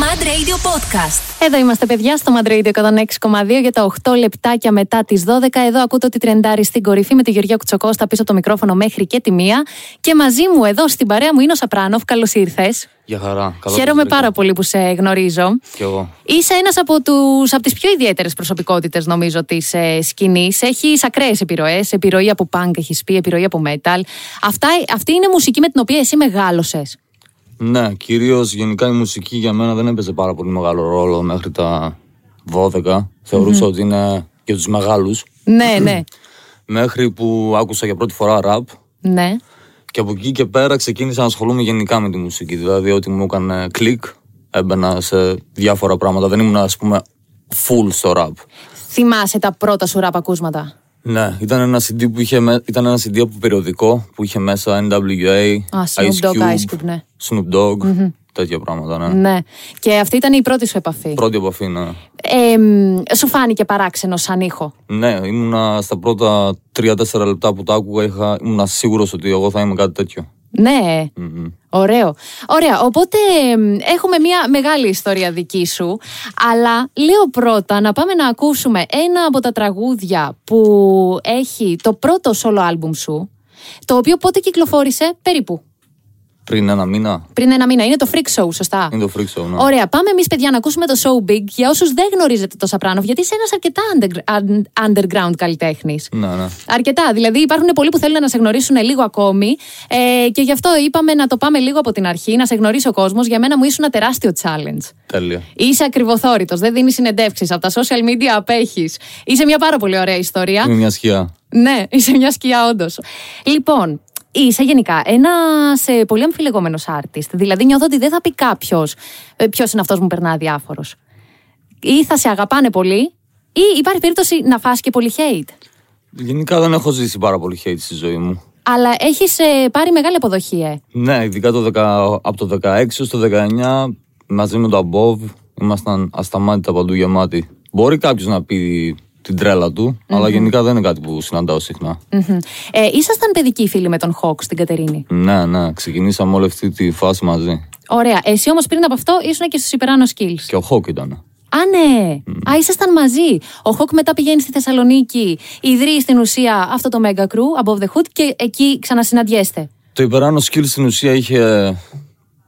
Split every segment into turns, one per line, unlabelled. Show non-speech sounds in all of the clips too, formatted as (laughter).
Mad Radio Podcast.
Εδώ είμαστε, παιδιά, στο Mad Radio 106,2 για τα 8 λεπτάκια μετά τις 12. Εδώ ακούτε ότι τρεντάρει στην κορυφή με τη Γεωργία Κουτσοκώστα πίσω από το μικρόφωνο μέχρι και τη μία. Και μαζί μου εδώ στην παρέα μου είναι ο Σαπράνοφ. Καλώς ήρθες.
Για χαρά. Καλό
Χαίρομαι
βρήκα.
πάρα πολύ που σε γνωρίζω.
Κι εγώ.
Είσαι ένας από, τους, από τις πιο ιδιαίτερες προσωπικότητες, νομίζω, της ε, σκηνής. Έχεις ακραίες επιρροές. Επιρροή από punk, έχεις πει, επιρροή από metal. Αυτά, αυτή είναι μουσική με την οποία εσύ μεγάλωσες.
Ναι, κυρίως γενικά η μουσική για μένα δεν έπαιζε πάρα πολύ μεγάλο ρόλο μέχρι τα 12. θεωρουσα ότι είναι για τους μεγάλους.
Ναι, ναι.
Μέχρι που άκουσα για πρώτη φορά ραπ.
ναι.
Και από εκεί και πέρα ξεκίνησα να ασχολούμαι γενικά με τη μουσική. Δηλαδή, ό,τι μου έκανε κλικ, έμπαινα σε διάφορα πράγματα. Δεν ήμουν, ας πούμε, full στο ραπ.
Θυμάσαι τα πρώτα σου ραπ ακούσματα.
Ναι, ήταν ένα CD που είχε, με- ήταν ένα CD από περιοδικό που είχε μέσα NWA,
Α, Snoop Dogg, Ice Cube, ναι.
Snoop Dogg, τέτοια πράγματα, ναι.
Ναι. Και αυτή ήταν η πρώτη σου επαφή.
Πρώτη επαφή, ναι.
Ε, μ, σου φάνηκε παράξενο σαν ήχο.
Ναι, ήμουνα στα πρώτα 3-4 λεπτά που τα άκουγα, είχα, ήμουνα σίγουρος ότι εγώ θα είμαι κάτι τέτοιο.
Ναι. Ωραίο. Ωραία. Οπότε μ, έχουμε μια μεγάλη ιστορία δική σου. Αλλά λέω πρώτα να πάμε να ακούσουμε ένα από τα τραγούδια που έχει το πρώτο solo album σου. Το οποίο πότε κυκλοφόρησε περίπου.
Πριν ένα μήνα,
Πριν ένα μήνα. Είναι το Freak Show, σωστά.
είναι το freak show, ναι.
Ωραία, πάμε εμείς, παιδιά, να ακούσουμε το Show Big για όσους δεν γνωρίζετε το Σαπράνοφ, γιατί είσαι ένας αρκετά undergr- un- underground καλλιτέχνης.
Ναι, ναι.
Αρκετά. Δηλαδή, υπάρχουν πολλοί που θέλουν να σε γνωρίσουν λίγο ακόμη. Ε, και γι' αυτό είπαμε να το πάμε λίγο από την αρχή, να σε γνωρίσει ο κόσμος. Για μένα μου ήσουν ένα τεράστιο challenge.
Τέλεια.
Είσαι ακριβοθόρητος, δεν δίνεις συνεντεύξεις. Από τα social media απέχεις. Είσαι μια πάρα πολύ ωραία ιστορία.
Είναι μια σκιά.
Ναι, είσαι μια σκιά, όντως. Λοιπόν, είσαι γενικά ένας πολύ αμφιλεγόμενος artist. Δηλαδή, νιώθω ότι δεν θα πει κάποιος ποιος είναι αυτός που μου περνά αδιάφορος. Ή θα σε αγαπάνε πολύ, ή υπάρχει περίπτωση να φας και πολύ hate.
Γενικά δεν έχω ζήσει πάρα πολύ hate στη ζωή μου.
Αλλά έχεις πάρει μεγάλη αποδοχή, ε.
Ναι, ειδικά το 10 από το 16 έως το 19, μαζί με το Above, ήμασταν ασταμάτητα παντού γεμάτοι. Μπορεί κάποιος να πει την τρέλα του, αλλά γενικά δεν είναι κάτι που συναντάω συχνά.
Μμμ. ε ήσασταν παιδικοί φίλοι με τον Χόκ στην Κατερίνη.
Ναι, ναι, ξεκινήσαμε όλη αυτή τη φάση μαζί.
Ωραία. Εσύ όμως πριν από αυτό ήσουν και στους υπεράνω skills.
Και ο Χόκ ήταν.
Α, ναι. Α, ήσασταν μαζί. Ο Χοκ μετά πηγαίνει στη Θεσσαλονίκη, ιδρύει στην ουσία αυτό το Mega Crew, Above the Hood, και εκεί ξανασυναντιέστε.
Το υπεράνω σκύλ στην ουσία είχε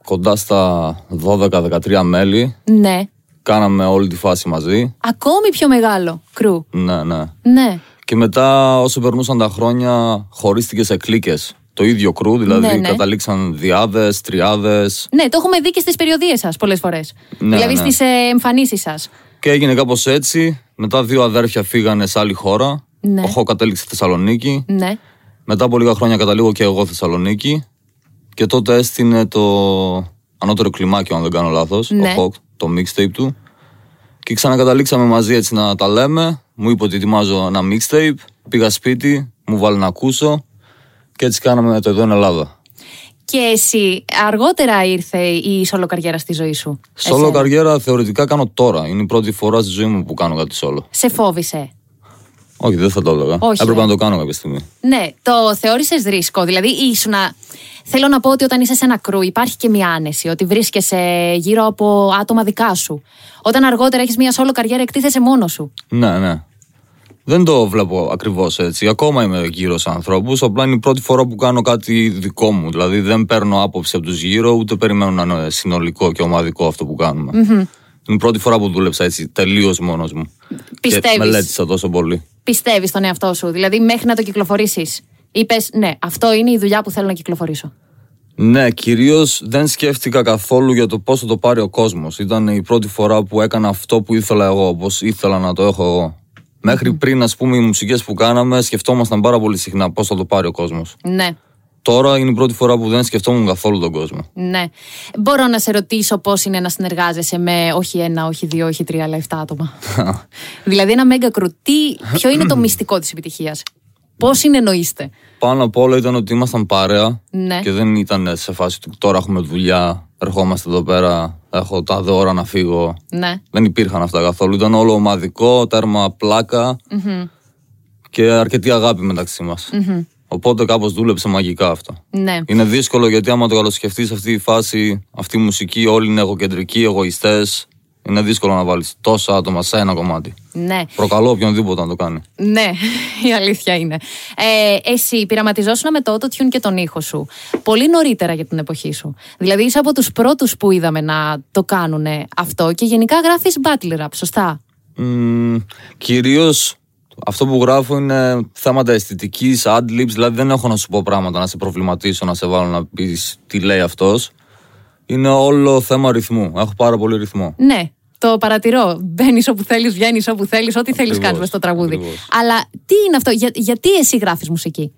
κοντά στα 12-13 μέλη.
Ναι.
Κάναμε όλη τη φάση μαζί.
Ακόμη πιο μεγάλο κρου.
Ναι, ναι.
Ναι.
Και μετά, όσο περνούσαν τα χρόνια, χωρίστηκε σε κλίκες. Το ίδιο κρού, δηλαδή
Ναι, ναι.
καταλήξαν διάδες, τριάδες.
Ναι, το έχουμε δει και στις περιοδίες σας πολλές φορές.
Ναι,
δηλαδή
ναι.
στις ε, εμφανίσεις σας.
Και έγινε κάπως έτσι. Μετά, δύο αδέρφια φύγανε σε άλλη χώρα.
Ναι.
Ο Χο κατέληξε στη Θεσσαλονίκη.
Ναι.
Μετά από λίγα χρόνια καταλήγω και εγώ Θεσσαλονίκη. Και τότε έστεινε το ανώτερο κλιμάκιο, αν δεν κάνω λάθος.
Ναι.
Ο Χοκ, το mixtape του. Και ξανακαταλήξαμε μαζί έτσι να τα λέμε. Μου είπε ότι ετοιμάζω ένα mixtape. Πήγα σπίτι, μου βάλει να ακούσω. Και έτσι κάναμε το εδώ είναι Ελλάδα.
Και εσύ, αργότερα ήρθε η σολοκαριέρα στη ζωή σου. Ε,
Σόλο καριέρα θεωρητικά κάνω τώρα. Είναι η πρώτη φορά στη ζωή μου που κάνω κάτι σόλο.
Σε φόβησε.
Όχι, δεν θα το έλεγα.
Όχι,
Έπρεπε
ε.
να το κάνω κάποια στιγμή.
Ναι, το θεώρησε ρίσκο. Δηλαδή, ήσουν. Θέλω να πω ότι όταν είσαι σε ένα κρού, υπάρχει και μια άνεση. Ότι βρίσκεσαι γύρω από άτομα δικά σου. Όταν αργότερα έχεις μια solo καριέρα, εκτίθεσαι μόνο σου.
Ναι, ναι. Δεν το βλέπω ακριβώς έτσι. Ακόμα είμαι γύρω σε ανθρώπους. Απλά είναι η πρώτη φορά που κάνω κάτι δικό μου. Δηλαδή δεν παίρνω άποψη από τους γύρω, ούτε περιμένω να είναι συνολικό και ομαδικό αυτό που κανουμε Είναι η πρώτη φορά που δούλεψα έτσι τελείως μόνος μου.
Πιστεύεις.
Και μελέτησα τόσο πολύ.
Πιστεύεις στον εαυτό σου. Δηλαδή, μέχρι να το κυκλοφορήσεις, είπες, Ναι, αυτό είναι η δουλειά που θέλω να κυκλοφορήσω.
Ναι, κυρίως δεν σκέφτηκα καθόλου για το πώς θα το πάρει ο κόσμος. Ήταν η πρώτη φορά που έκανα αυτό που ήθελα εγώ, όπως ήθελα να το έχω εγώ. Μέχρι πριν, ας πούμε, οι μουσικές που κάναμε, σκεφτόμασταν πάρα πολύ συχνά πώς θα το πάρει ο κόσμος.
Ναι,
Τώρα είναι η πρώτη φορά που δεν σκεφτόμουν καθόλου τον κόσμο.
ναι. Μπορώ να σε ρωτήσω πώς είναι να συνεργάζεσαι με όχι ένα, όχι δύο, όχι τρία, αλλά εφτά άτομα. δηλαδή, ένα μέγα κρου. Τι, ποιο είναι το μυστικό της επιτυχίας. Πώς συνεννοείστε.
Πάνω απ' όλα ήταν ότι ήμασταν παρέα
Ναι.
και δεν ήταν σε φάση του τώρα έχουμε δουλειά, ερχόμαστε εδώ πέρα, έχω τα δώρα να φύγω.
Ναι.
Δεν υπήρχαν αυτά καθόλου. Ήταν όλο ομαδικό, τέρμα πλάκα και αρκετή αγάπη μεταξύ μας. Οπότε κάπως δούλεψε μαγικά αυτό.
Ναι.
Είναι δύσκολο γιατί άμα το καλοσκεφτείς αυτή η φάση, αυτή η μουσική, όλοι είναι εγωκεντρικοί, εγωιστές. Είναι δύσκολο να βάλεις τόσα άτομα σε ένα κομμάτι.
Ναι.
Προκαλώ οποιονδήποτε να το κάνει.
Ναι, (laughs) η αλήθεια είναι. Ε, εσύ πειραματιζόσουν με το auto-tune και τον ήχο σου πολύ νωρίτερα για την εποχή σου. Δηλαδή είσαι από τους πρώτους που είδαμε να το κάνουν αυτό και γενικά γράφεις battle rap, σωστά.
Μμμ, κυρίως αυτό που γράφω είναι θέματα αισθητικής, ad-libs, δηλαδή δεν έχω να σου πω πράγματα, να σε προβληματίσω, να σε βάλω να πεις τι λέει αυτός. Είναι όλο θέμα ρυθμού. Έχω πάρα πολύ ρυθμό.
Ναι, το παρατηρώ. Μπαίνεις όπου θέλεις, βγαίνεις όπου θέλεις, ό,τι θέλεις
Ακριβώς,
κάνουμε στο τραγούδι.
ακριβώς.
Αλλά τι είναι αυτό, για- γιατί εσύ γράφεις μουσική.
Για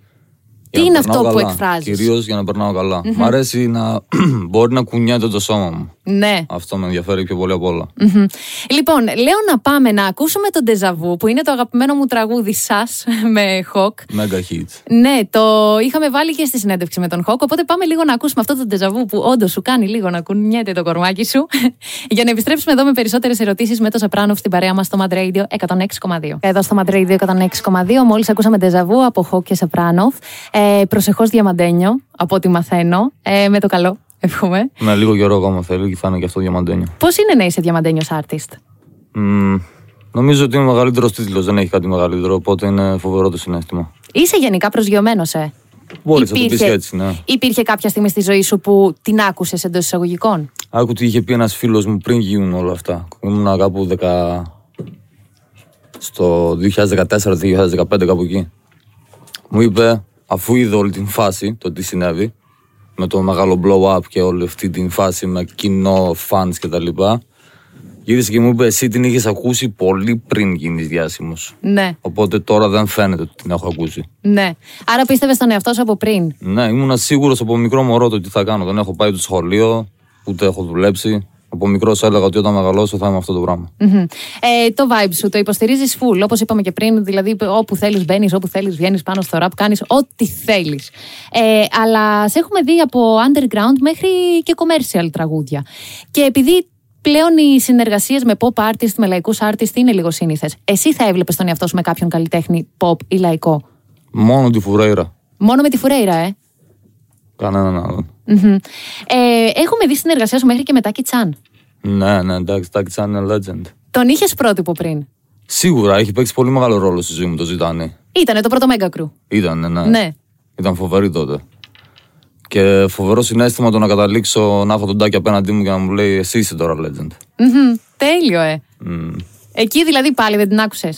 τι
να
είναι
περνάω
αυτό που
καλά.
εκφράζεις.
Κυρίως για να περνάω καλά. Μ' αρέσει να (clears throat) μπορεί να κουνιέται το σώμα μου.
Ναι.
Αυτό με ενδιαφέρει πιο πολύ απ' όλα.
Μμμ. Λοιπόν, λέω να πάμε να ακούσουμε τον Τεζαβού, που είναι το αγαπημένο μου τραγούδι σας (laughs) με Χοκ.
Mega hit.
Ναι, το είχαμε βάλει και στη συνέντευξη με τον Χοκ. Οπότε πάμε λίγο να ακούσουμε αυτό το τεζαβού που όντως σου κάνει λίγο να κουνιέται το κορμάκι σου. (laughs) Για να επιστρέψουμε εδώ με περισσότερες ερωτήσεις με τον Σαπράνοφ στην παρέα μας στο Mad Radio 106,2. Εδώ στο Mad Radio 106,2 μόλις ακούσαμε τεζαβού από Χοκ και Σαπράνοφ. Ε, Προσεχώς διαμαντένιο, από ό,τι μαθαίνω. Ε, με το καλό, εύχομαι.
Με λίγο καιρό ακόμα θέλει και θα είναι και αυτό διαμαντένιο.
Πώς είναι να είσαι διαμαντένιος artist,
Μμμ, νομίζω ότι είναι ο μεγαλύτερος τίτλος. Δεν έχει κάτι μεγαλύτερο. Οπότε είναι φοβερό το συνέστημα.
Είσαι γενικά προσγειωμένος, ε.
Μπορείς να το πει και έτσι, ναι.
υπήρχε κάποια στιγμή στη ζωή σου που την άκουσες εντός εισαγωγικών.
Άκου τι είχε πει ένας φίλος μου πριν γίνουν όλα αυτά. Ήμουν κάπου 10... στο 2014-2015, κάπου εκεί. Μου είπε, αφού είδε όλη την φάση, το τι συνέβη, με το μεγάλο blow up και όλη αυτή την φάση με κοινό, fans κτλ. Γύρισε και μου είπε, εσύ την είχες ακούσει πολύ πριν γίνεις διάσημος.
Ναι.
Οπότε τώρα δεν φαίνεται ότι την έχω ακούσει.
Ναι. Άρα πίστευες στον εαυτό σου από πριν.
Ναι, ήμουν σίγουρος από μικρό μωρό το τι θα κάνω. Δεν έχω πάει το σχολείο, ούτε έχω δουλέψει. Από μικρός έλεγα ότι όταν μεγαλώσω θα είμαι αυτό το πράγμα.
Μμμ. Ε, το vibe σου το υποστηρίζεις full. Όπως είπαμε και πριν, δηλαδή όπου θέλεις μπαίνεις, όπου θέλεις βγαίνεις πάνω στο ραπ, κάνεις ό,τι θέλεις. Ε, αλλά σε έχουμε δει από underground μέχρι και commercial τραγούδια. Και επειδή πλέον οι συνεργασίες με pop artist, με λαϊκούς artist είναι λίγο σύνηθες, εσύ θα έβλεπες τον εαυτό σου με κάποιον καλλιτέχνη pop ή λαϊκό.
Μόνο τη φουρέιρα.
Μόνο με τη Φουρέιρα, ε.
Κανέναν άλλον.
Μμμ. ε έχουμε δει συνεργασία σου μέχρι και μετά Κιτσάν.
Ναι, ναι, εντάξει, Τάκη Τσάν είναι legend.
Τον είχες πρότυπο πριν.
Σίγουρα έχει παίξει πολύ μεγάλο ρόλο στη ζωή μου το ζητάνε.
Ήτανε το πρώτο Mega Crew.
Ήταν, ναι.
Ναι.
Ήταν φοβερή τότε. Και φοβερό συνέστημα το να καταλήξω να έχω τον Τάκη απέναντί μου και να μου λέει Εσύ είσαι τώρα legend.
Μμμ, Τέλειο, ε.
Μμμ.
Εκεί δηλαδή πάλι δεν την άκουσες.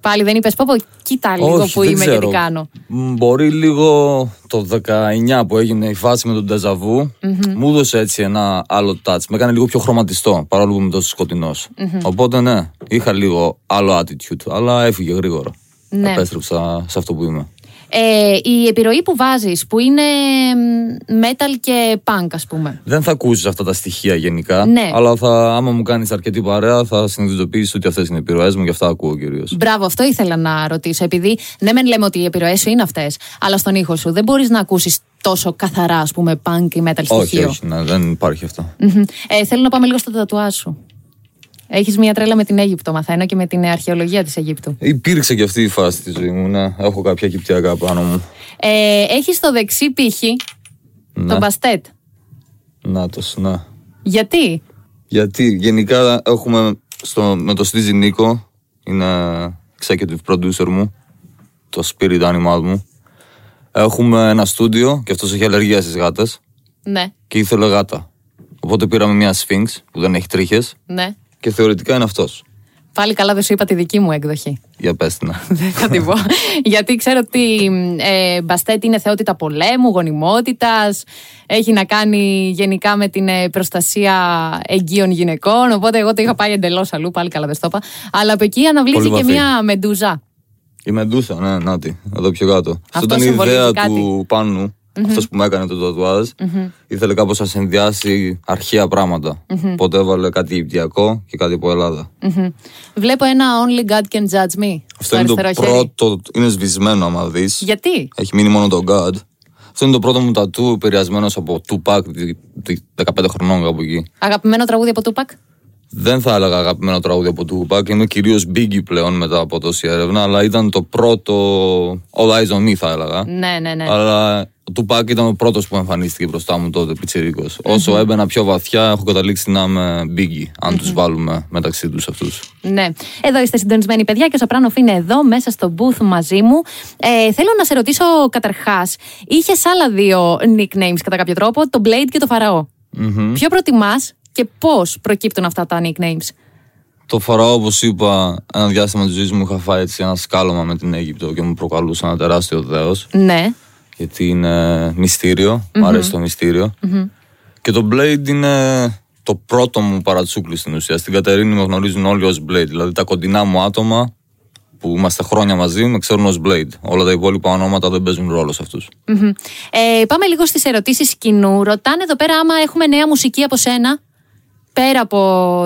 Πάλι δεν είπες, πω, πω, κοίτα λίγο
Όχι,
που
δεν
είμαι
ξέρω.
και τι κάνω.
Μ, Μπορεί λίγο το 19 που έγινε η φάση με τον τεζαβου μου έδωσε έτσι ένα άλλο touch. Με έκανε λίγο πιο χρωματιστό, παρόλο που είμαι τόσο σκοτεινός. Οπότε ναι, είχα λίγο άλλο attitude, αλλά έφυγε γρήγορα.
Ναι.
Επέστρεψα σε αυτό που είμαι.
Ε, η επιρροή που βάζεις, που είναι μ, metal και punk, ας πούμε.
Δεν θα ακούσεις αυτά τα στοιχεία γενικά,
Ναι.
αλλά θα, άμα μου κάνεις αρκετή παρέα, θα συνειδητοποιήσεις ότι αυτές είναι οι επιρροές μου και αυτά ακούω κυρίως.
Μπράβο, αυτό ήθελα να ρωτήσω. Επειδή ναι, μεν λέμε ότι οι επιρροές σου είναι αυτές, αλλά στον ήχο σου δεν μπορείς να ακούσεις τόσο καθαρά, ας πούμε, punk ή metal
Όχι,
στοιχείο.
όχι, ναι, δεν υπάρχει αυτό.
Μμμ. Ε, θέλω να πάμε λίγο στο τατουά σου. Έχεις μία τρέλα με την Αίγυπτο, μαθαίνω, και με την αρχαιολογία της Αιγύπτου.
Υπήρξε και αυτή η φάση στη ζωή μου, ναι. Έχω κάποια κυπτιακά πάνω μου.
Ε, έχεις στο δεξί πύχη
Ναι.
τον μπαστέτ.
Νάτος, ναι.
Γιατί?
Γιατί γενικά έχουμε στο, με το Στίζι Νίκο, είναι executive producer μου, το spirit animal μου. Έχουμε ένα στούντιο και αυτός έχει αλλεργία στις γάτες
Ναι,
και ήθελε γάτα. Οπότε πήραμε μια Sphinx που δεν έχει τρίχες
ναι.
και θεωρητικά είναι αυτός.
Πάλι καλά δεν σου είπα τη δική μου έκδοχη.
(laughs) Για πες την.
Δεν θα την πω. Γιατί ξέρω ότι ε, μπαστέτ είναι θεότητα πολέμου, γονιμότητας, έχει να κάνει γενικά με την ε, προστασία εγγύων γυναικών, οπότε εγώ το είχα πάει εντελώς αλλού, πάλι καλά δεν στο είπα. Αλλά από εκεί αναβλήθηκε
Πολύ
και
βαθύ.
μία μεντούζα.
Η Μεντούσα, ναι, να τη, εδώ πιο κάτω. Αυτό
Αυτό
ήταν η
συμβολίζει
ιδέα
κάτι.
του πανου αυτός που μου έκανε το τατουαζ Ήθελε κάπως να συνδυάσει αρχαία πράγματα. Οπότε έβαλε κάτι Ιπτιακό και κάτι από Ελλάδα.
Μμμ. Βλέπω ένα Only God can judge me. στο
Αυτό είναι το
αριστερό χέρι.
πρώτο. Είναι σβησμένο, άμα δεις.
Γιατί?
Έχει μείνει μόνο το God. Αυτό είναι το πρώτο μου τατού, επηρεασμένος από Tupac, δι- δι- 15 χρονών κάπου εκεί.
Αγαπημένο τραγούδι από Τούπακ.
Δεν θα έλεγα αγαπημένο τραγούδι από του Tupac, είμαι κυρίως Biggie πλέον μετά από τόση έρευνα, αλλά ήταν το πρώτο. All eyes on me θα έλεγα.
Ναι, ναι, ναι.
Αλλά ο Tupac ήταν ο πρώτος που εμφανίστηκε μπροστά μου τότε, πιτσιρικος Όσο έμπαινα πιο βαθιά, έχω καταλήξει να είμαι Biggie, αν τους βάλουμε μεταξύ τους αυτούς.
Ναι. Εδώ είστε συντονισμένοι, παιδιά, και ο Σαπράνοφ είναι εδώ, μέσα στο booth μαζί μου. Ε, θέλω να σε ρωτήσω καταρχάς, είχες άλλα δύο nicknames κατά κάποιο τρόπο, το Blade και το φαραω Ποιο προτιμάς και πώς προκύπτουν αυτά τα nicknames.
Το φοράω, όπως είπα, ένα διάστημα της ζωής μου είχα φάει έτσι ένα σκάλωμα με την Αίγυπτο και μου προκαλούσε ένα τεράστιο δέος
Ναι.
γιατί είναι μυστήριο, μου αρέσει το μυστηριο Και το Blade είναι το πρώτο μου παρατσούκλι στην ουσία. Στην Κατερίνη με γνωρίζουν όλοι ως Blade, δηλαδή τα κοντινά μου άτομα που είμαστε χρόνια μαζί με ξέρουν ως Blade. Όλα τα υπόλοιπα ονόματα δεν παίζουν ρόλο σε αυτούς.
Μμμ. Ε, πάμε λίγο στις ερωτήσεις κοινού. Ρωτάνε εδώ πέρα άμα έχουμε νέα μουσική από σένα. Πέρα από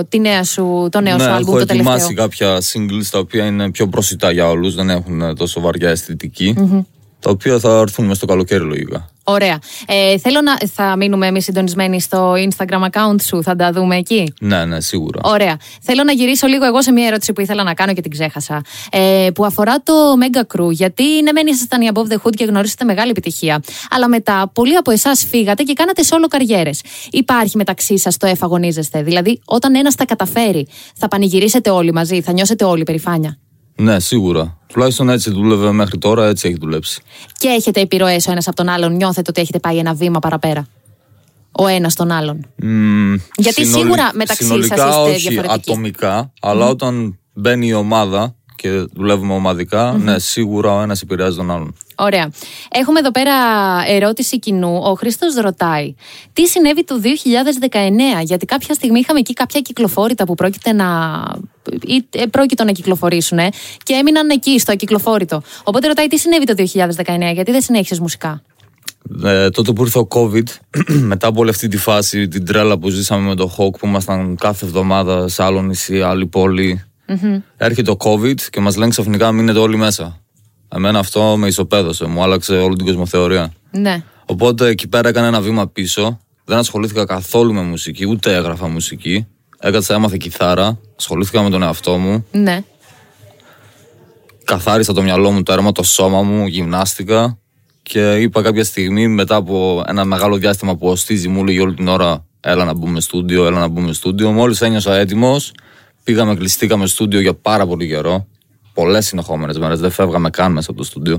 τη νέα σου, το νέο
ναι,
σου άλμπουμ,
έχω
το τελευταίο.
ετοιμάσει κάποια singles τα οποία είναι πιο προσιτά για όλους, δεν έχουν ε, τόσο βαριά αισθητική, τα οποία θα έρθουν μες στο καλοκαίρι λογικά.
Ωραία. Ε, θέλω να. Θα μείνουμε εμείς συντονισμένοι στο Instagram account σου, θα τα δούμε εκεί.
Ναι, ναι, σίγουρα.
Ωραία. Θέλω να γυρίσω λίγο εγώ σε μια ερώτηση που ήθελα να κάνω και την ξέχασα. Ε, που αφορά το Mega Crew. Γιατί ναι, μεν ήσασταν οι Above the Hood και γνωρίσατε μεγάλη επιτυχία. Αλλά μετά πολλοί από εσάς φύγατε και κάνατε solo καριέρες. Υπάρχει μεταξύ σας το εφαγωνίζεστε. Δηλαδή, όταν ένας τα καταφέρει, θα πανηγυρίσετε όλοι μαζί, θα νιώσετε όλοι περηφάνεια.
Ναι, σίγουρα. Τουλάχιστον έτσι δούλευε μέχρι τώρα, έτσι έχει δουλέψει.
Και έχετε επιρροές ο ένας από τον άλλον. Νιώθετε ότι έχετε πάει ένα βήμα παραπέρα. Ο ένας τον άλλον.
Μμμ,
Γιατί σίγουρα μεταξύ σας
συνολικά
είστε
όχι
διαφορετικοί.
ατομικά, αλλά όταν μπαίνει η ομάδα και δουλεύουμε ομαδικά, ναι, σίγουρα ο ένας επηρεάζει τον άλλον.
Ωραία. Έχουμε εδώ πέρα ερώτηση κοινού. Ο Χρήστος ρωτάει, τι συνέβη το 2019, γιατί κάποια στιγμή είχαμε εκεί κάποια κυκλοφόρητα που πρόκειται να... Ή, ε, πρόκειτο να κυκλοφορήσουν ε, και έμειναν εκεί στο κυκλοφόρητο. Οπότε ρωτάει τι συνέβη το 2019, γιατί δεν συνέχισες μουσικά.
Ε, τότε που ήρθε ο COVID, (clears throat) μετά από όλη αυτή τη φάση, την τρέλα που ζήσαμε με το Hawk που ήμασταν κάθε εβδομάδα σε άλλο νησί, άλλη πόλη, έρχεται ο COVID και μας λένε ξαφνικά μείνετε όλοι μέσα. Εμένα αυτό με ισοπαίδωσε, μου άλλαξε όλη την κοσμοθεωρία.
Ναι.
Οπότε εκεί πέρα έκανα ένα βήμα πίσω. Δεν ασχολήθηκα καθόλου με μουσική, ούτε έγραφα μουσική. Έκατσα, έμαθα κιθάρα, ασχολήθηκα με τον εαυτό μου,
Ναι.
καθάρισα το μυαλό μου, το αίμα, το σώμα μου, γυμνάστηκα και είπα κάποια στιγμή μετά από ένα μεγάλο διάστημα που ο Στίζη μου έλεγε όλη την ώρα έλα να μπούμε στούντιο, έλα να μπούμε στούντιο, μόλις ένιωσα έτοιμος, πήγαμε, κλειστήκαμε στούντιο για πάρα πολύ καιρό, πολλές συνεχόμενες μέρες, δεν φεύγαμε καν μέσα από το στούντιο.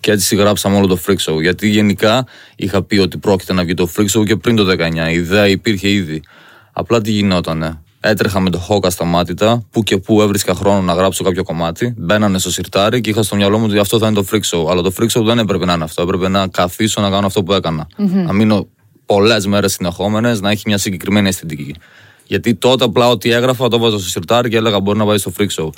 Και έτσι γράψαμε όλο το Freak Show. Γιατί γενικά είχα πει ότι πρόκειται να βγει το Freak Show και πριν το 19. Η ιδέα υπήρχε ήδη. Απλά τι γινότανε. Έτρεχα με το χόκα στα μάτια, που και που έβρισκα χρόνο να γράψω κάποιο κομμάτι. Μπαίνανε στο σιρτάρι και είχα στο μυαλό μου ότι αυτό θα είναι το Freak Show. Αλλά το Freak Show δεν έπρεπε να είναι αυτό. Έπρεπε να καθίσω να κάνω αυτό που έκανα. Να μείνω πολλές μέρες συνεχόμενες, να έχει μια συγκεκριμένη αισθητική. Γιατί τότε απλά ό,τι έγραφα το βάζω στο σιρτάρι και έλεγα μπορεί να πάει στο Freak Show.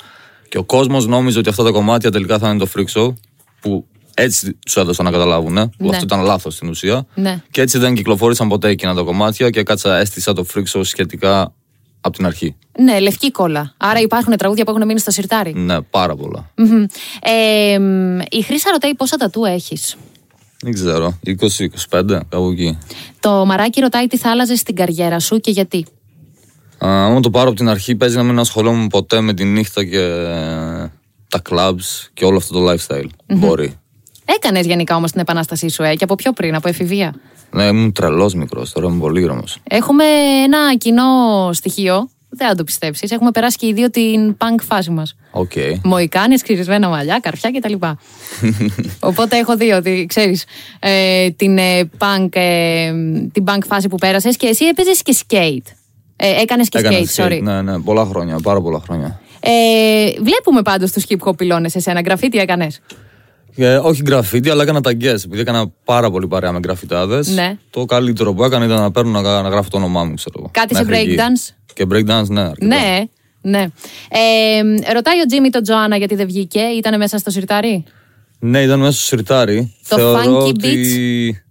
Και ο κόσμος νόμιζε ότι αυτά τα κομμάτια τελικά θα είναι το Freak Show, που έτσι τους έδωσα να καταλάβουν, ε, που
Ναι.
αυτό ήταν λάθος στην ουσία.
Ναι.
Και έτσι δεν κυκλοφόρησαν ποτέ εκείνα τα κομμάτια και κάτσα έστησα το Freak Show σχετικά από την αρχή.
Ναι, λευκή κόλλα. Άρα υπάρχουν τραγούδια που έχουν μείνει στο σιρτάρι.
Ναι, πάρα πολλά.
Μμμ. Ε, μ, η Χρύσα ρωτάει πόσα τατού έχεις.
Δεν ξέρω, 20-25, κάπου εκεί.
Το Μαράκι ρωτάει τι θα άλλαζες στην καριέρα σου και γιατί.
Α, Άμα το πάρω από την αρχή, παίζει να μην ασχολούμαι ποτέ με τη νύχτα και ε, τα clubs και όλο αυτό το lifestyle. Μπορεί.
Έκανες γενικά όμως την επανάστασή σου, ε, και από πιο πριν, από εφηβεία.
Ναι, ήμουν τρελός μικρός, τώρα είμαι πολύ γράμμο.
Έχουμε ένα κοινό στοιχείο. Δεν θα το πιστέψεις. Έχουμε περάσει και οι δύο την punk φάση μας.
Οκ.
Μοϊκάνες, ξυρισμένα μαλλιά, καρφιά κτλ.
(laughs)
Οπότε έχω δει ότι ξέρεις την, ε, punk, ε, την punk φάση που πέρασες και εσύ έπαιζες και skate. Ε, Έκανες και
Έκανα
skate, sorry.
Ναι, ναι, πολλά χρόνια, πάρα πολλά χρόνια.
Ε, βλέπουμε πάντως τους hip hop πυλώνες εσένα. Γραφίτι έκανες.
Ε, όχι γκραφίτι, αλλά έκανα τα guess. Επειδή έκανα πάρα πολύ παρέα με γκραφιτάδες.
Ναι.
Το καλύτερο που έκανα ήταν να παίρνω να, να γράφω το όνομά μου, ξέρω εγώ.
Κάτι σε
Μέχρι εκεί.
breakdance.
Και breakdance, ναι. αρκετά.
Ναι, ναι. Ε, ρωτάει ο Τζίμι τον Τζοάννα γιατί δεν βγήκε, ήταν μέσα στο σιρτάρι.
Ναι, ήταν μέσα στο σιρτάρι.
Το
Θεωρώ
funky
ότι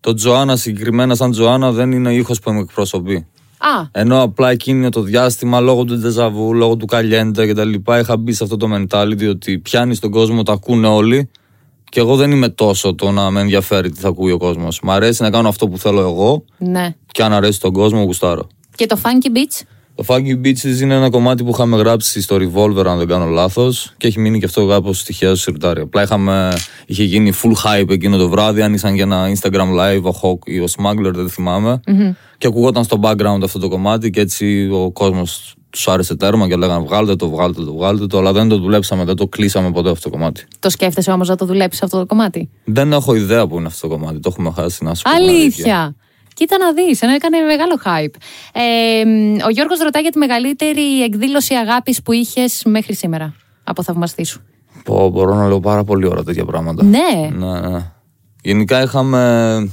το Τζοάννα συγκεκριμένα σαν Τζοάννα δεν είναι ήχος που με εκπροσωπεί.
Α,
Ενώ απλά εκείνο το διάστημα λόγω του ντεζαβού, λόγω του καλλιέντα και τα λοιπά, είχα μπει σε αυτό το mentality ότι πιάνει τον κόσμο, τα ακούνε όλοι. Και εγώ δεν είμαι τόσο το να με ενδιαφέρει τι θα ακούει ο κόσμος. Μ' αρέσει να κάνω αυτό που θέλω εγώ
ναι.
και αν αρέσει τον κόσμο, γουστάρω.
Και το Funky Beach.
Το Funky Beaches είναι ένα κομμάτι που είχαμε γράψει στο Revolver, αν δεν κάνω λάθος, και έχει μείνει και αυτό κάπως τυχαία στο σιρτάρι. Απλά είχαμε, είχε γίνει full hype εκείνο το βράδυ, αν ήσαν για ένα Instagram live, ο Hawk ή ο Smuggler, δεν θυμάμαι. Και ακουγόταν στο background αυτό το κομμάτι και έτσι ο κόσμος τους άρεσε τέρμα και λέγανε βγάλτε το, βγάλτε το, βγάλτε το, αλλά δεν το δουλέψαμε, δεν το κλείσαμε ποτέ αυτό το κομμάτι.
Το σκέφτεσαι όμως να το δουλέψεις αυτό το κομμάτι.
Δεν έχω ιδέα που είναι αυτό το κομμάτι, το έχουμε χάσει να σου πω. την αλήθεια.
Αλήθεια. Κοίτα να δεις, ενώ έκανε μεγάλο hype. Ε, μ, ο Γιώργος ρωτάει για τη μεγαλύτερη εκδήλωση αγάπης που είχες μέχρι σήμερα. Από θαυμαστή σου.
Πω, μπορώ να λέω πάρα πολύ ώρα τέτοια πράγματα.
Ναι.
Ναι, ναι. Γενικά είχαμε.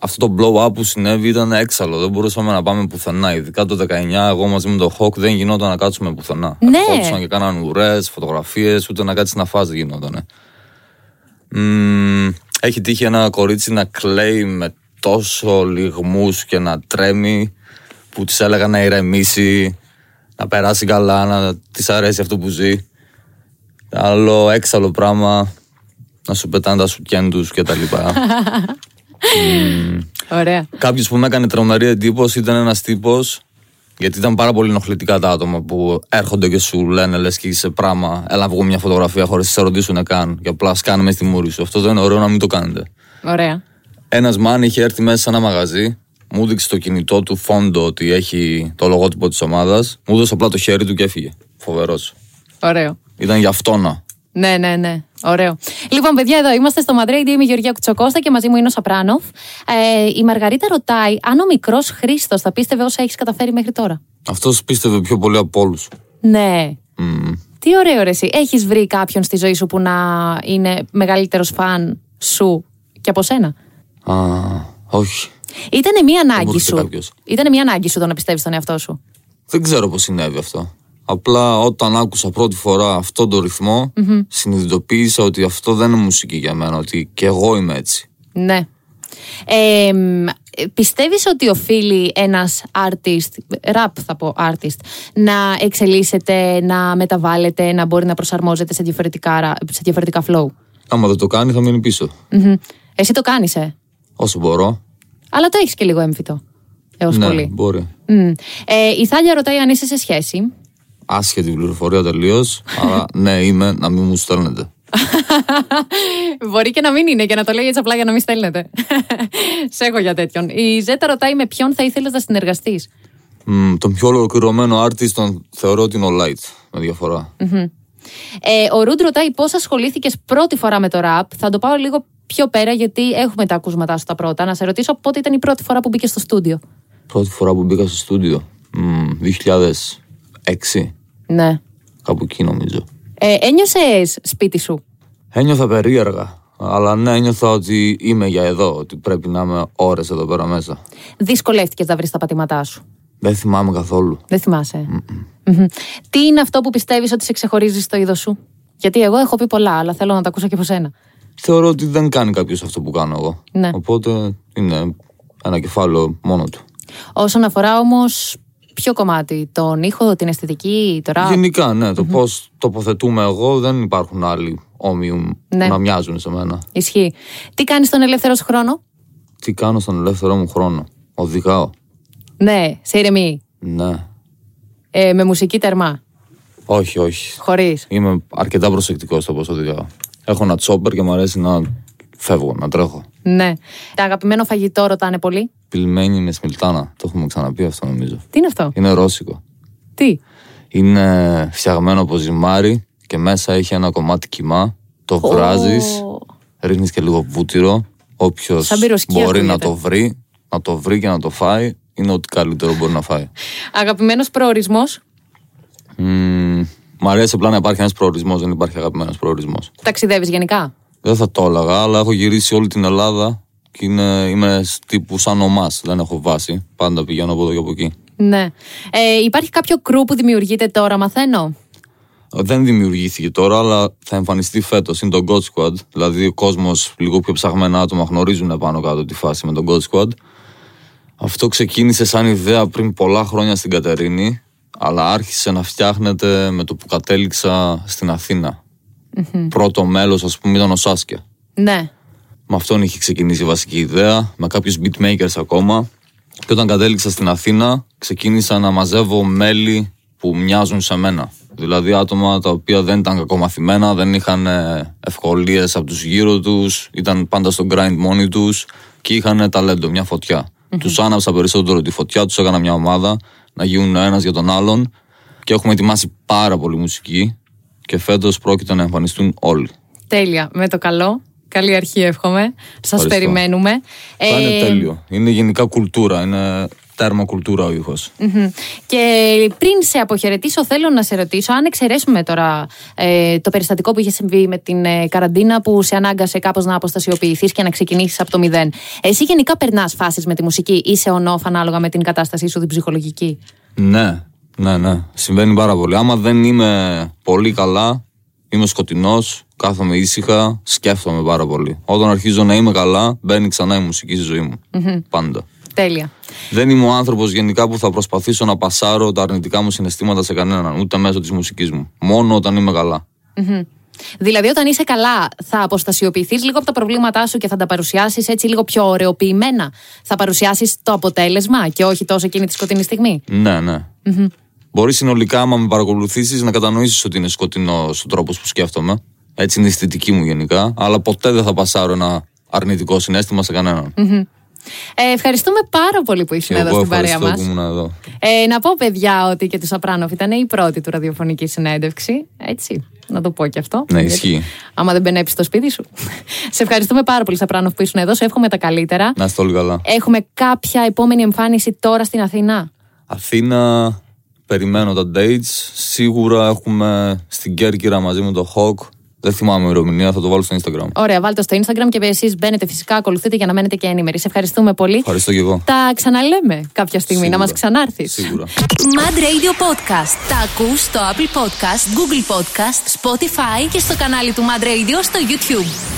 Αυτό το blow-up που συνέβη ήταν έξαλλο. Δεν μπορούσαμε να πάμε πουθενά. Ειδικά το 19, εγώ μαζί με τον Hawk δεν γινόταν να κάτσουμε πουθενά.
Ναι.
Καθόντουσαν και κάναν ουρές, φωτογραφίες, ούτε να κάτσεις να φας δεν γινότανε. Μμμ, έχει τύχει ένα κορίτσι να κλαίει με τόσο λιγμούς και να τρέμει που της έλεγα να ηρεμήσει, να περάσει καλά, να της αρέσει αυτό που ζει. Άλλο έξαλλο πράγμα, να σου πετάνε τα σουκέν τους και τα λοιπά.
Ωραία.
Κάποιος που με έκανε τρομερή εντύπωση ήταν ένας τύπος. Γιατί ήταν πάρα πολύ ενοχλητικά τα άτομα που έρχονται και σου λένε λες και είσαι πράγμα. Έλα να βγω μια φωτογραφία χωρίς να σε ρωτήσουν καν. Και απλά σκάνε με στη μούρη σου. Αυτό δεν είναι ωραίο να μην το κάνετε.
Ωραία.
Ένας μάν είχε έρθει μέσα σε ένα μαγαζί. Μου έδειξε το κινητό του φόντο ότι έχει το λογότυπο της ομάδας. Μου έδωσε απλά το χέρι του και έφυγε. Φοβερός.
Ωραίο.
Ήταν για αυτόνα.
Ναι, ναι, ναι. Ωραίο. Λοιπόν, παιδιά, εδώ είμαστε στο Μαδρέιντι. Είμαι η Γεωργία Κουτσοκώστα και μαζί μου είναι ο Σαπράνοφ. Ε, η Μαργαρίτα ρωτάει αν ο μικρός Χρήστος θα πίστευε όσα έχεις καταφέρει μέχρι τώρα.
Αυτός πίστευε πιο πολύ από όλους.
Ναι. Τι ωραίο ρε εσύ. Έχεις βρει κάποιον στη ζωή σου που να είναι μεγαλύτερος φαν σου και από σένα.
Α, όχι.
Ήτανε μία ανάγκη
έρχεται
σου.
κάποιος.
Ήτανε μία ανάγκη σου το να πιστεύεις στον εαυτό σου.
Δεν ξέρω πώς συνέβη αυτό. Απλά όταν άκουσα πρώτη φορά αυτόν τον ρυθμο συνειδητοποίησα ότι αυτό δεν είναι μουσική για μένα, ότι και εγώ είμαι έτσι.
Ναι. Ε, μ, πιστεύεις ότι οφείλει ένας artist, rap θα πω artist, να εξελίσσεται, να μεταβάλλεται, να μπορεί να προσαρμόζεται σε διαφορετικά, ρα- σε διαφορετικά flow.
Άμα δεν το κάνει, θα μείνει πίσω.
Μμμ. Εσύ το κάνεις, ε.
Όσο μπορώ.
Αλλά το έχεις και λίγο έμφυτο. Έως
ναι,
πολύ.
μπορεί.
Μμ. Ε, η Θάλια ρωτάει αν είσαι σε σχέση. (laughs)
Άσχετη πληροφορία τελείως. αλλά ναι, είμαι να μην μου στέλνετε.
Μπορεί και να μην είναι και να το λέει έτσι απλά για να μην στέλνετε. (laughs) Σε έχω για τέτοιον. Η Ζέτα ρωτάει με ποιον θα ήθελες να συνεργαστείς.
Μμ, τον πιο ολοκληρωμένο artist τον θεωρώ ότι είναι ο Light, με διαφορα
Ε, ο Ρουντ ρωτάει πώς ασχολήθηκες πρώτη φορά με το ραπ. Θα το πάω λίγο πιο πέρα γιατί έχουμε τα ακούσματά σου τα πρώτα. Να σε ρωτήσω πότε ήταν η πρώτη φορά που μπήκε στο στούντιο.
Πρώτη φορά που μπήκα στο στούντιο, μμ, 2006,
Ναι.
κάπου εκεί νομίζω.
Ε, Ένιωσες σπίτι σου.
Ένιωθα περίεργα. Αλλά ναι, ένιωθα ότι είμαι για εδώ, ότι πρέπει να είμαι ώρες εδώ πέρα μέσα.
Δυσκολεύτηκες να βρεις τα πατήματά σου.
Δεν θυμάμαι καθόλου.
Δεν θυμασαι Μμμ. Τι είναι αυτό που πιστεύεις ότι σε ξεχωρίζει στο είδος σου. Γιατί εγώ έχω πει πολλά, αλλά θέλω να τα ακούσω και από σένα.
Θεωρώ ότι δεν κάνει κάποιος αυτό που κάνω εγώ.
Ναι.
Οπότε είναι ένα κεφάλαιο μόνο του.
Όσον αφορά όμως ποιο κομμάτι, τον ήχο, την αισθητική, το ραπ.
Γενικά, ναι, το πώς τοποθετούμε εγώ δεν υπάρχουν άλλοι όμοιοι
Ναι.
να μοιάζουν σε μένα.
Ισχύει. Τι κάνεις στον ελεύθερο σου χρόνο.
Τι κάνω στον ελεύθερό μου χρόνο. Οδηγάω.
Ναι, σε ηρεμή.
Ναι.
Ε, με μουσική τερμά.
Όχι, όχι.
Χωρίς.
Είμαι αρκετά προσεκτικός στο πώς οδηγάω. Έχω ένα τσόπερ και μου αρέσει να φεύγω, να τρέχω.
Ναι. Τα αγαπημένο φαγητό ρωτάνε πολύ.
Πυλμένη με σμιλτάνα. Το έχουμε ξαναπεί αυτό νομίζω.
Τι είναι αυτό.
Είναι ρώσικο.
Τι.
Είναι φτιαγμένο από ζυμάρι και μέσα έχει ένα κομμάτι κοιμά. Το βράζει,
Ω,
ρίχνεις και λίγο βούτυρο. Όποιος
Σαν πυροσκή
μπορεί
ακούγεται.
να το βρει, να το βρει και να το φάει, είναι ό,τι καλύτερο μπορεί να φάει.
Αγαπημένος προορισμός.
Μμμ, μ' αρέσει απλά να υπάρχει ένας προορισμός, δεν υπάρχει αγαπημένος προορισμός.
Ταξιδεύεις γενικά.
Δεν θα το έλεγα, αλλά έχω γυρίσει όλη την Ελλάδα και είναι, είμαι σ- τύπου σαν ομάς. Δεν έχω βάση. Πάντα πηγαίνω από εδώ και από εκεί.
Ναι. Ε, υπάρχει κάποιο κρού που δημιουργείται τώρα, μαθαίνω.
Δεν δημιουργήθηκε τώρα, αλλά θα εμφανιστεί φέτος. Είναι το God Squad. Δηλαδή, ο κόσμος, λίγο πιο ψαχμένα άτομα, γνωρίζουν πάνω κάτω τη φάση με τον God Squad. Αυτό ξεκίνησε σαν ιδέα πριν πολλά χρόνια στην Κατερίνη, αλλά άρχισε να φτιάχνεται με το που κατέληξα στην αθηνα Πρώτο μέλος, ας πούμε, ήταν ο Σάσκια.
Ναι.
Με αυτόν είχε ξεκινήσει η βασική ιδέα, με κάποιους beatmakers ακόμα. Και όταν κατέληξα στην Αθήνα, ξεκίνησα να μαζεύω μέλη που μοιάζουν σε μένα. Δηλαδή άτομα τα οποία δεν ήταν κακομαθημένα, δεν είχαν ευκολίες από τους γύρω τους, ήταν πάντα στο grind μόνοι τους και είχαν ταλέντο, μια φωτιά. Mm-hmm. Τους άναψα περισσότερο τη φωτιά, τους έκανα μια ομάδα να γίνουν ο ένας για τον άλλον και έχουμε ετοιμάσει πάρα πολύ μουσική και φέτος πρόκειται να εμφανιστούν όλοι.
Τέλεια. Με το καλό. Καλή αρχή, εύχομαι. Σας περιμένουμε.
Θα είναι ε... τέλειο. Είναι γενικά κουλτούρα. Είναι τέρμα κουλτούρα ο ήχος.
Mm-hmm. Και πριν σε αποχαιρετήσω, θέλω να σε ρωτήσω, αν εξαιρέσουμε τώρα ε, το περιστατικό που είχε συμβεί με την ε, καραντίνα που σε ανάγκασε κάπως να αποστασιοποιηθείς και να ξεκινήσεις από το μηδέν. Εσύ γενικά περνάς φάσεις με τη μουσική, είσαι on off ανάλογα με την κατάστασή σου, την ψυχολογική.
Ναι, ναι, ναι. Συμβαίνει πάρα πολύ. Άμα δεν είμαι πολύ καλά, είμαι σκοτεινός, κάθομαι ήσυχα, σκέφτομαι πάρα πολύ. Όταν αρχίζω να είμαι καλά, μπαίνει ξανά η μουσική στη ζωή μου. Mm-hmm. Πάντα.
Τέλεια.
Δεν είμαι ο άνθρωπος γενικά που θα προσπαθήσω να πασάρω τα αρνητικά μου συναισθήματα σε κανέναν, ούτε μέσω της μουσικής μου. Μόνο όταν είμαι καλά.
Mm-hmm. Δηλαδή, όταν είσαι καλά, θα αποστασιοποιηθείς λίγο από τα προβλήματά σου και θα τα παρουσιάσεις έτσι λίγο πιο ωρεοποιημένα. Θα παρουσιάσεις το αποτέλεσμα και όχι τόσο εκείνη τη σκοτεινή στιγμή.
Ναι, ναι. Mm-hmm. Μπορείς συνολικά, άμα με παρακολουθήσεις, να κατανοήσεις ότι είναι σκοτεινό ο τρόπο που σκέφτομαι. Έτσι είναι η αισθητική μου γενικά. Αλλά ποτέ δεν θα πασάρω ένα αρνητικό συνέστημα σε κανέναν. Mm-hmm.
Ε, ευχαριστούμε πάρα πολύ που ήσουν Ναι, εδώ στην παρέα μα. Ε, να πω, παιδιά, ότι και τους Σαπράνοφ ήταν η πρώτη του ραδιοφωνική συνέντευξη. Έτσι. Να το πω και αυτό.
Ναι, ισχύει.
Άμα δεν μπαινέψει στο σπίτι σου. (laughs) σε ευχαριστούμε πάρα πολύ, Σαπράνοφ, που ήσουν εδώ. Σε εύχομαι τα καλύτερα.
Να είστε όλοι καλά.
Έχουμε κάποια επόμενη εμφάνιση τώρα στην Αθήνα.
Αθήνα, περιμένω τα dates. Σίγουρα έχουμε στην Κέρκυρα μαζί με το Hawk δεν θυμάμαι ημερομηνία, θα το βάλω στο Instagram.
Ωραία, βάλτε στο Instagram και εσείς μπαίνετε φυσικά, ακολουθείτε για να μένετε και ενημεροί. Σε ευχαριστούμε πολύ.
Ευχαριστώ και εγώ.
Τα ξαναλέμε κάποια στιγμή, Σίγουρα. να μας ξανάρθεις.
Σίγουρα.
Mad Radio Podcast. Τα ακούς στο Apple Podcast, Google Podcast, Spotify και στο κανάλι του Mad Radio στο YouTube.